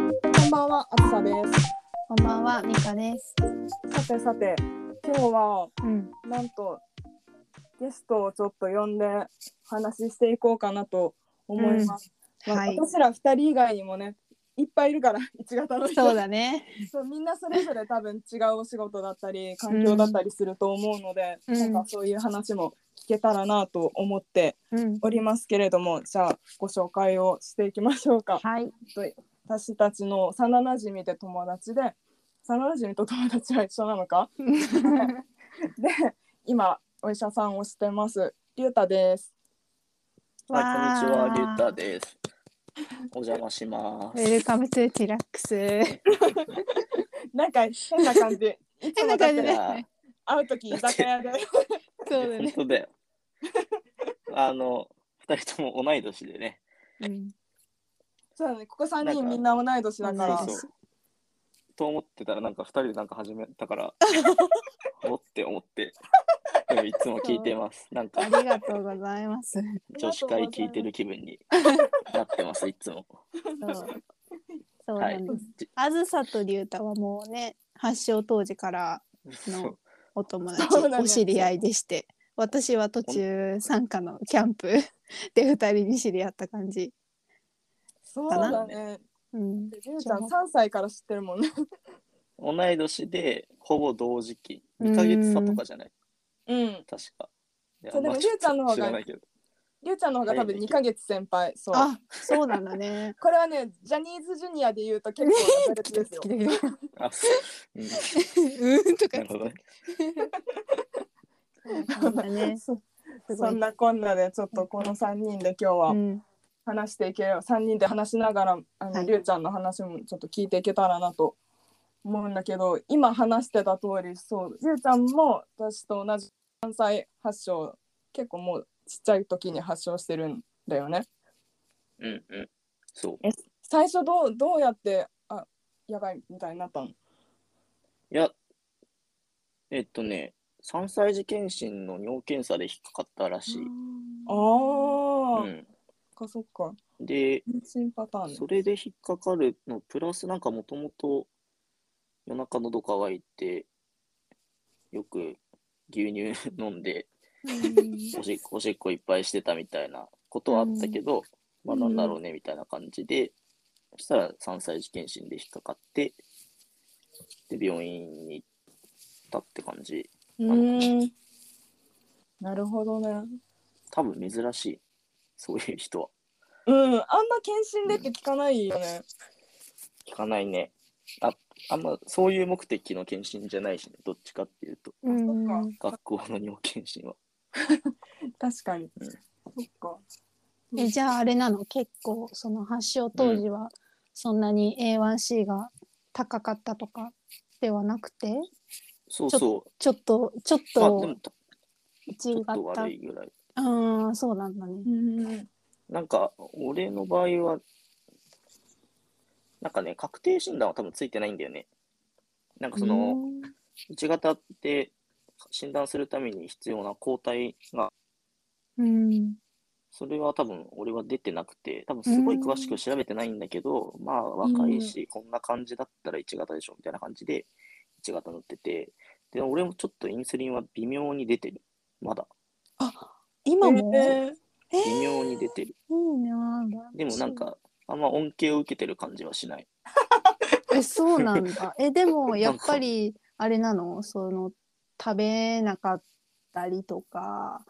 んは、あつさです。こんばんは、みかです。さてさて、今日は、うん。なんと、ゲストをちょっと呼んで、話していこうかなと思います。まあはい。私ら二人以外にもね、いっぱいいるから、一型の人そうだね。そうみんなそれぞれ多分違うお仕事だったり、環境だったりすると思うので、うんなんかそういう話も聞けたらなと思ってうん。おりますけれども、じゃあ、ご紹介をしていきましょうか。 はい。私たちの幼なじみで友達で幼なじみと友達は一緒なのかで今お医者さんをしてますりゅうたですはい、こんにちわは、ーりゅうたです。お邪魔しまウ す。ェルカムトゥティラックス。なんか変な感 じいつ変もなだっ感てじだねよね。会う時居酒屋でそうだ本ね。当だよ。あの、二人とも同い年でね。うん。 そうだねここ3なん人かみんな同い年だかそらうそう。と思ってたら、なんか二人でなんか始め たから、おって思って、でもいつも聞いてます。なんあか、りがとうございます。女子会聞いてる気分になってます、いつも。そう。そうなんです。じあずさとりゅうたはもうね、発症当時からそうお友達、そうだねお知り合いでして。私は途中参加のキャンプ で二人に知り合った感じ。そうだねうん。りゅうちゃん3歳から知ってるもんね同い年で、ほぼ同時期。2ヶ月差とかじゃない、うん確か。いやそうでもまありゅうちゃんの方が知らないけど。りゅうちゃんの方が多分2ヶ月先輩そうあ、そうなんだ ね。これはねジャニーズジュニアで言うと結構な差別ですよあ、そう。うん うんとかなるほどね。ね。 そうすごそいんなこんなでちょっとこの3人で今日 うはん、話していける、三3人で話しながらあの、はいりゅうちゃんの話もちょっと聞いていけたらなと思うんだけど今話してた通りそうりゅうちゃんも私と同じ関西発症結構もうちっちゃい時に発症してるんだよね。うんうん。そう。最初どうどうやってあやばいみたいになったのいや、えっとね、3歳児検診の尿検査で引っかかったらしい。あー、うん、そっかそっかで、妊娠パターンねそれで引っかかるの、プラスなんかもともと夜中喉乾いて、よく牛乳飲んで、おしっこおしっこいっぱいしてたみたいなことはあったけど、まあなんだろうねみたいな感じで、そしたら3歳児検診で引っかかって、で、病院に行ったって感じ。うーんなるほどね。多分珍しい、そういう人は。うん、あんな検診でって聞かないよね。聞かないね。ああんまそういう目的の検診じゃないし、ね、どっちかっていうと、うんそっ学校の尿検診は。確かに。うんそっか。えじゃああれなの結構その発症当時はそんなに A1C が高かったとかではなくてそうそちょっとちょっう。まあ、でもと、た一ちょっと型悪いぐらい。ああそうなんだねうん。なんか、俺の場合は、なんかね、確定診断は多分ついてないんだよね。なんかその、1型って診断するために必要な抗体が、うんそれは多分俺は出てなくて、多分すごい詳しく調べてないんだけど、まあ若いし、こんな感じだったら1型でしょみたいな感じで1型乗ってて、で、俺もちょっとインスリンは微妙に出てる。まだ。今も、えーえ微妙に出てる。いいなでもなんか、あんま恩恵を受けてる感じはしない。えそうなんだえでもやっぱりあれなのその食べなかったりとか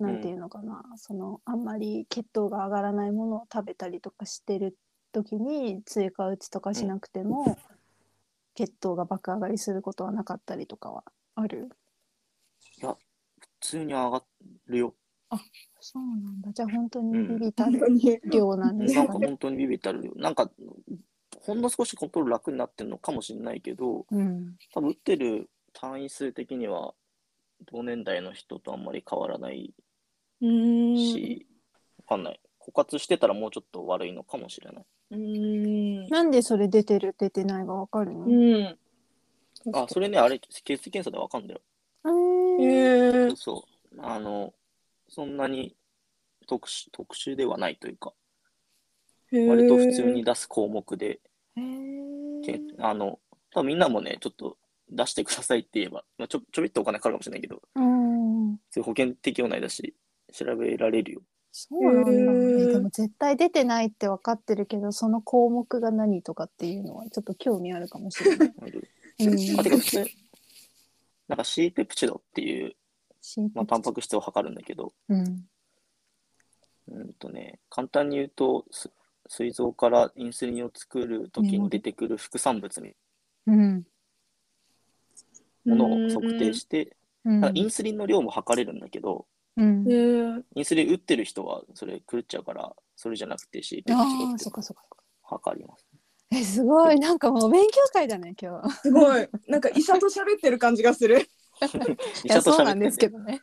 なんていうのかな、そのあんまり血糖が上がらないものを食べたりとかしてる時に追加打ちとかしなくても、血糖が爆上がりすることはなかったりとかはある普通に上がるよ。そうなんだじゃあ本当にうんビビたるに。量なんですなかんかね。本当にビビったるよ。なんか、ほんの少しコントロール楽になってるのかもしれないけど、うん、多分打ってる単位数的には、同年代の人とあんまり変わらないうん。し、わかんない。枯渇してたらもうちょっと悪いのかもしれない。うん。なんでそれ出てる出てないがわかるの、うん。あ、それね、あれ、血液検査でわかんだよ。ええーー、そう。あの、そんなに特殊特殊ではないというか、割と普通に。出す項目で、へけえ。あの、多分みんなもね、ちょっと出してくださいって言えば、まあ、ちょちょびっとお金かかるかもしれないけど、うん。そういう保険適用内だし、調べられるよ。そうなんだ、へーえでも絶対出てないって分かってるけどその項目が何とかっていうのはちょっと興味あるかもし れない。あるうん、あてか普通、なんか C ペプチドっていう、心まあ、タンパク質を測るんだけど、うんうんとね、簡単に言うと、す膵臓からインスリンを作るときに出てくる副産物みうんたいなものを測定して、うただんインスリンの量も測れるんだけうど、んへーインスリン打ってる人はそれ狂っちゃうから、それじゃなくて C ペプチドあっあてそっかそっかそっか。測ります。えすごいなんかもう勉強会だね今日。すごいなんか医者と喋ってる感じがするいやそうなんんでですすけどね。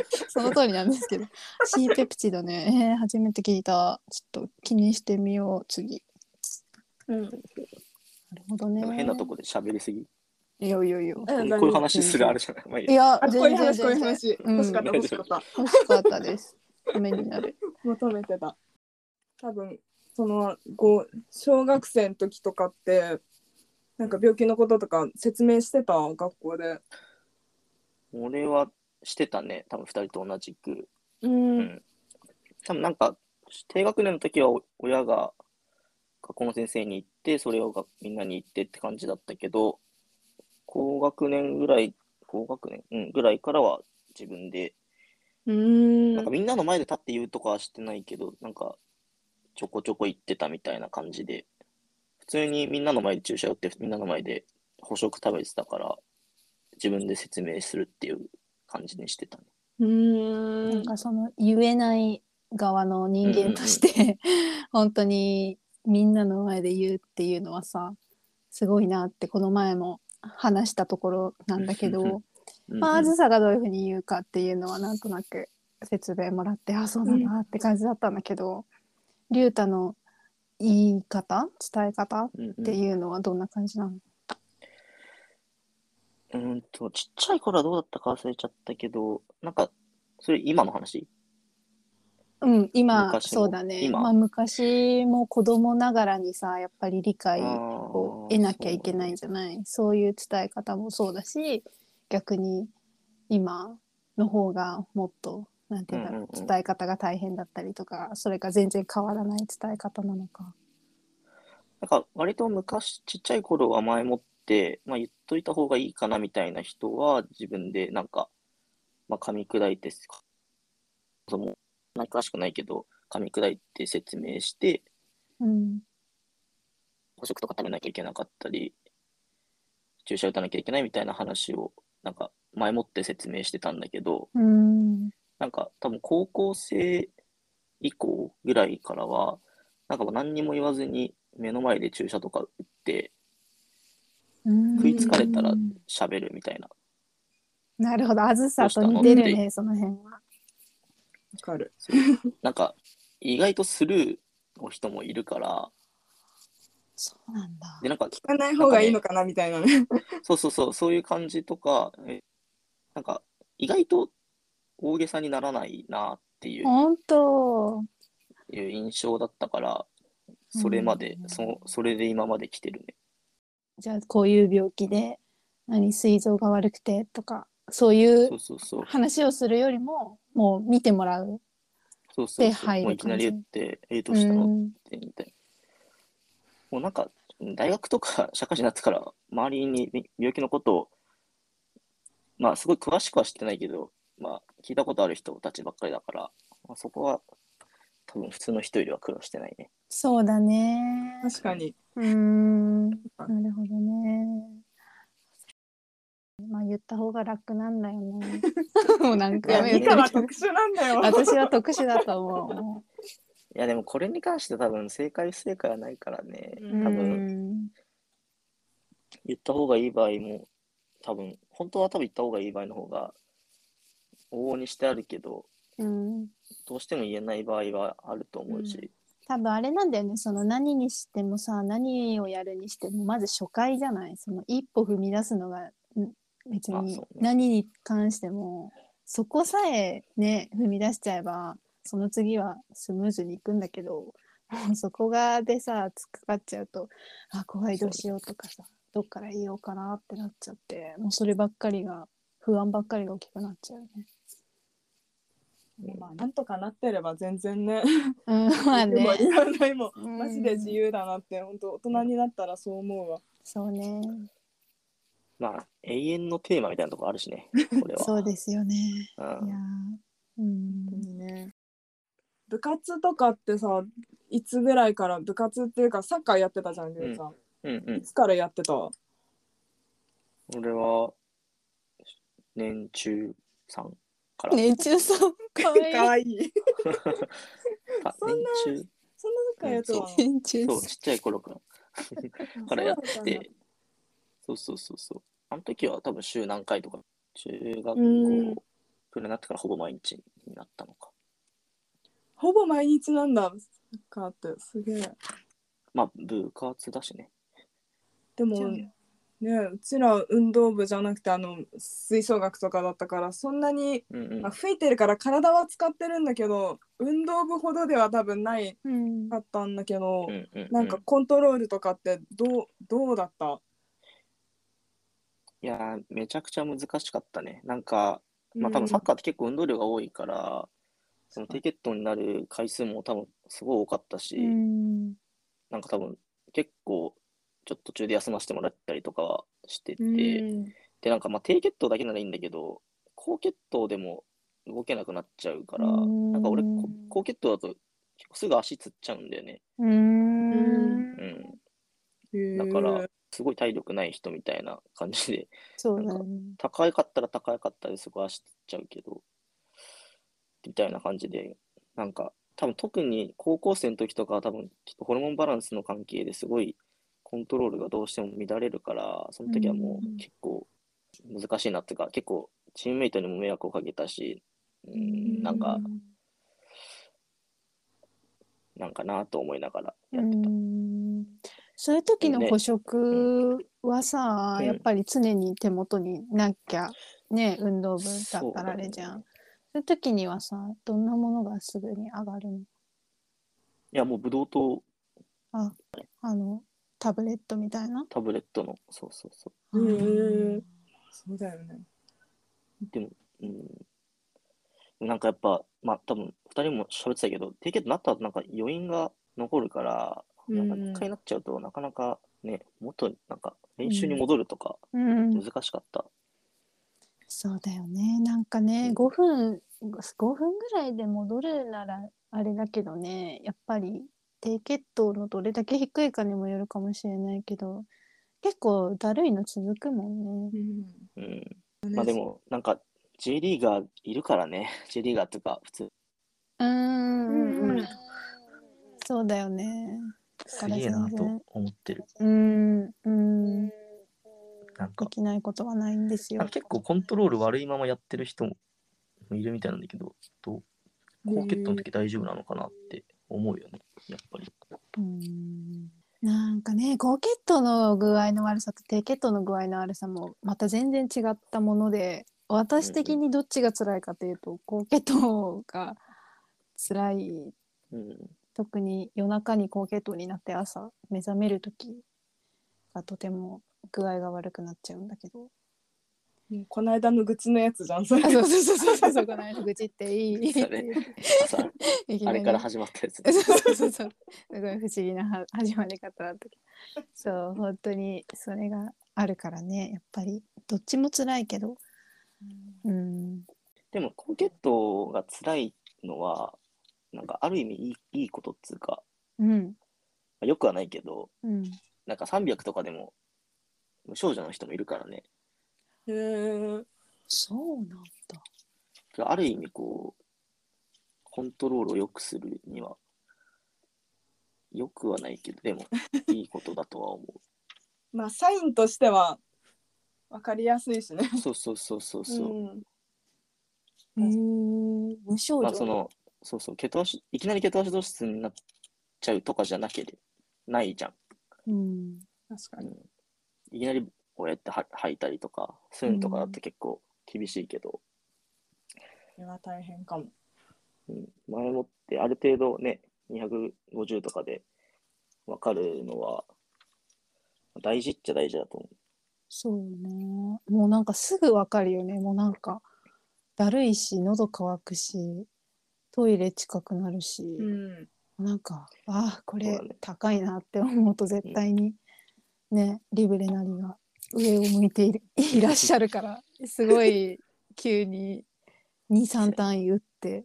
その通りなんですけど。C ペプチドね、えー、初めて聞いた。ちょっと気にしてみよう次。うんなるほどね。変なとこで喋りすぎ。いやいやいえや。こう大い丈夫う話するあれじゃない。まあいいいややあこういう全然話こういう全然。話うん欲しかった欲しかった欲しかったです。ためになる。求めてた多分そのご小学生の時とかってなんか病気のこととか説明してた学校で俺はしてたね、多分二人と同じく。うんん多分なんか、低学年の時はお親が学校の先生に行って、それをがみんなに行ってって感じだったけど、高学年ぐらい、高学年、うん、ぐらいからは自分で、うんなんかみんなの前で立って言うとかはしてないけど、なんか、ちょこちょこ行ってたみたいな感じで、普通にみんなの前で注射打って、みんなの前で捕食食べてたから、自分で説明するっていう感じにしてたね。うんなんかその言えない側の人間として、 本当にみんなの前で言うっていうのはさすごいなってこの前も話したところなんだけうんうんど、うんうんまあ、あずさがどういうふうに言うかっていうのはなんとなく説明もらってあそうだなって感じだったんだけど竜太、の言い方伝え方っうんうんていうのはどんな感じなの、うーんと、ちっちゃい頃はどうだったか忘れちゃったけど、なんか、それ今の話うん、今昔もそうだね、今まあ、昔も子供ながらにさやっぱり理解をを得なきゃいけないんじゃないそういう伝え方もそうだし逆に今の方がもっとなんていうんだろううんうんうん伝え方が大変だったりとかそれが全然変わらない伝え方なのか。なんか、割と昔、ちっちゃい頃は前もって、まあ、言っといた方がいいかなみたいな人は、自分でなんか、まあ、噛み砕いて、そもなんか詳しくないけど、噛み砕いて説明して、うん捕食とか食べなきゃいけなかったり、注射打たなきゃいけないみたいな話を、なんか、前もって説明してたんだけど、うんなんか多分高校生以降ぐらいからは、なんかもう何にも言わずに目の前で注射とか打って食いつかれたらうん喋るみたいな。なるほどあずさと似てるねその辺は。わかるなんか意外とスルーの人もいるから、そうなんだで、なんか聞かない方がいいのかなみたいなねそうそうそう、そういう感じとか、えなんか意外と大げさにならないなっていう本当いう印象だったから、それまでう、んそそれで今まで来てるね。じゃあこういう病気で何膵臓が悪くてとかそういうそうそうそう。話をするよりももう見てもらう。そうそうでそう。入るもういきなり言感って、え、どうしたのうんってみたいな。もうなんか、大学とか社会人になってから、周りにみ病気のことを、まあ、すごい詳しくは知ってないけど、まあ、聞いたことある人たちばっかりだから、まあ、そこは、多分普通の人よりは苦労してないね。そうだね。確かにうーんなるほどね。まあ言った方が楽なんだよね。もう何いや回も美言って香るはけど特殊なんだよ私は特殊だと思うもいや、でもこれに関して多分正解不正解はないからね。うう。んう多分、ん言った方がいい場合も、多分、本当は多分言った方がいい場合の方が、往々にしてあるけど、うんどうしても言えない場合はあると思うし、うん多分あれなんだよねその何にしてもさ何をやるにしてもまず初回じゃないその一歩踏み出すのがん別まあにそうね何に関してもそこさえね踏み出しちゃえばその次はスムーズにいくんだけど もうそこがでさ突っかかっちゃうとあ怖いどうしようとかさどっから言おうかなってなっちゃってもうそればっかりが不安ばっかりが大きくなっちゃうね。でまあ、なんとかなってれば全然ね、うん、まあでもね。言わないもうんマジで自由だなって本当大人になったらそう思うわ。そうね。まあ、永遠のテーマみたいなとこあるしね、 これは。そうですよね。いうんやー。うん。ね、部活とかってさいつぐらいから部活っていうかサッカーやってたじゃんりゅうちゃん、うんういん。つからやってた俺は、年中さんから。年中さんかわいい。いいあそんな年中そんなサッカーやってたのそ年中そう、ちっちゃい頃から。からやっそうだったんだて、そうそうそうそう。あの時は多分週何回とか、中学校、うんプロになってからほぼ毎日になったのか。ほぼ毎日なんだサッカーってすげえまあ、部活だしね。でもねうちら運動部じゃなくてあの吹奏楽とかだったからそんなに、うんうんまあ、。吹いてるから体は使ってるんだけど運動部ほどでは多分ないうんかったんだけど、うんうんうんなんかコントロールとかってどうどうだったいやーめちゃくちゃ難しかったね。なんか、まあ多分サッカーって結構運動量が多いから、その低血糖になる回数も多分すごい多かったし、うん。なんか多分結構ちょっと途中で休ませてもらったりとかはしてて、うんでなんかまあ低血糖だけならいいんだけど高血糖でも動けなくなっちゃうから、うんなんか俺こ高血糖だと結構すぐ足つっちゃうんだよね、ううんんう。ん、だだからすごい体力ない人みたいな感じでそうだよね。高かったら高かったですごい足つっちゃうけどみたいな感じでなんか多分特に高校生の時とかは多分きっとホルモンバランスの関係ですごいコントロールがどうしても乱れるからその時はもうんう結構難しいなっていうか結構チームメイトにも迷惑をかけたしううんんなんかなんかなと思いながらやうってた。ん。そういう時のね捕食はさ、うんやっぱり常に手元になきゃね運動部だったらあれじゃ。そうんそういう時にはさどんなものがすぐに上がるのいやもうブドウ糖あのタブレットみたいな。タブレットのそうそうそううんそうだよね。でも、うん、なんかやっぱ、まあ多分2人も喋ってたけど、低血糖になった後なんか余韻が残るから、うんなんか一回なっちゃうとなかなかね、元に、なんか練習に戻るとかうん難しかった。そうだよね。なんかね、5分、5分ぐらいで戻るならあれだけどね、やっぱり低血糖のどれだけ低いかにもよるかもしれないけど、結構だるいの続くもんね。うん。まあでも、なんか J リーガーいるからね、J リーガーっていうか、普通、うーんうんうんそうだよね。すげえなと思ってる。うーん、うーん、でなんきないことはないんですよ。結構コントロール悪いままやってる人もいるみたいなんだけど、高血糖の時大丈夫なのかなって思うよね、やっぱり。うーんなんかね高血糖の具合の悪さと低血糖の具合の悪さもまた全然違ったもので私的にどっちが辛いかというと、高血糖が辛いうん。特に夜中に高血糖になって朝目覚める時がとても具合が悪くなっちゃうんだけ どもうこの間の愚痴のやつじゃん。それあそうそうそうそうそうそうこの間愚痴っていいそうだ ねさいきなありれから始まったやつ ね。そうそうそうそう。すごい不思議なは始まり方だったけど。そう、本当にそれがあるからね、やっぱりどっちも辛いけど。うん。でも高血糖が辛いのはなんかある意味いいいいことっつうかうん。よくはないけどうん。なんか300とかでも無症状の人もいるからね へーそうなんだ。ある意味こうコントロールを良くするには良くはないけどでもいいことだとは思まあサインとしては分かりやすいしね。うそうそうそうそうそう、うんへえ。無症ま状。あそのそうそう血糖しいきなり血糖脂質になっちゃうとかじゃなければないじゃんうん。確かうに。んいきなりこうやっては吐いたりとかするのとかだって結構厳しいけど、これは大変かも。うん前もってある程度ね250とかで分かるのは、大事っちゃ大事だと思そうね。もうなんかすぐわかるよね。もうなんか、だるいし、喉乾くし、トイレ近くなるし、うん、なんか、ああ、こそうれだね高いなって思うと絶対に、ね、リブレなりが上を向いているいらっしゃるから、すごい急に2、3単位打って、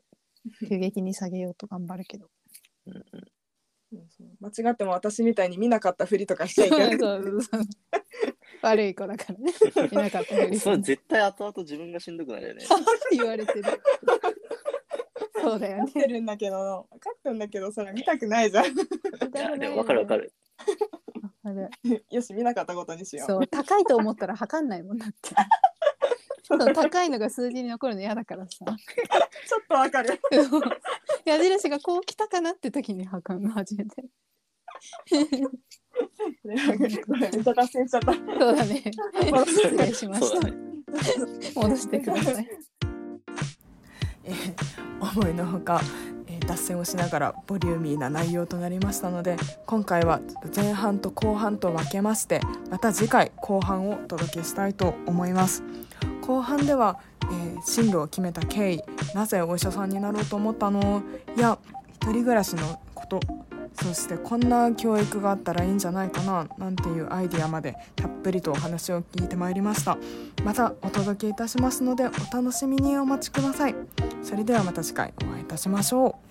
急激に下げようと頑張るけ ど。う。うんうんそうそう間違っても私みたいに見なかったふりとかしちゃそういけ ない。そうそう悪い子だからね。いなかったよりそれ絶対後々自分がしんどくなるよね。言われてる。そうだ分かよね。ってるんだけど、分かってるんだけど、それ見たくない じゃん。 いや、でも分かる分か る。わかる。よし、見なかったことにしよう。そう、高いと思ったら測んないもんだ って。そう高いのが数字に残るの嫌だからさ。ちょっと分 かる。そう 矢印がこう来たかなって時に測るの初めて。ごめん めっちゃ脱線しちゃった。そうだね。 失礼しまそしうだた。ね。戻してください。えー思いのほか、えー脱線をしながらボリューミーな内容となりましたので今回は前半と後半と分けましてまた次回後半をお届けしたいと思います後半では、えー進路を決めた経緯なぜお医者さんになろうと思ったのや一人暮らしのことそしてこんな教育があったらいいんじゃないかななんていうアイディアまでたっぷりとお話を聞いてまいりましたまたお届けいたしますのでお楽しみにお待ちくださいそれではまた次回お会いいたしましょう。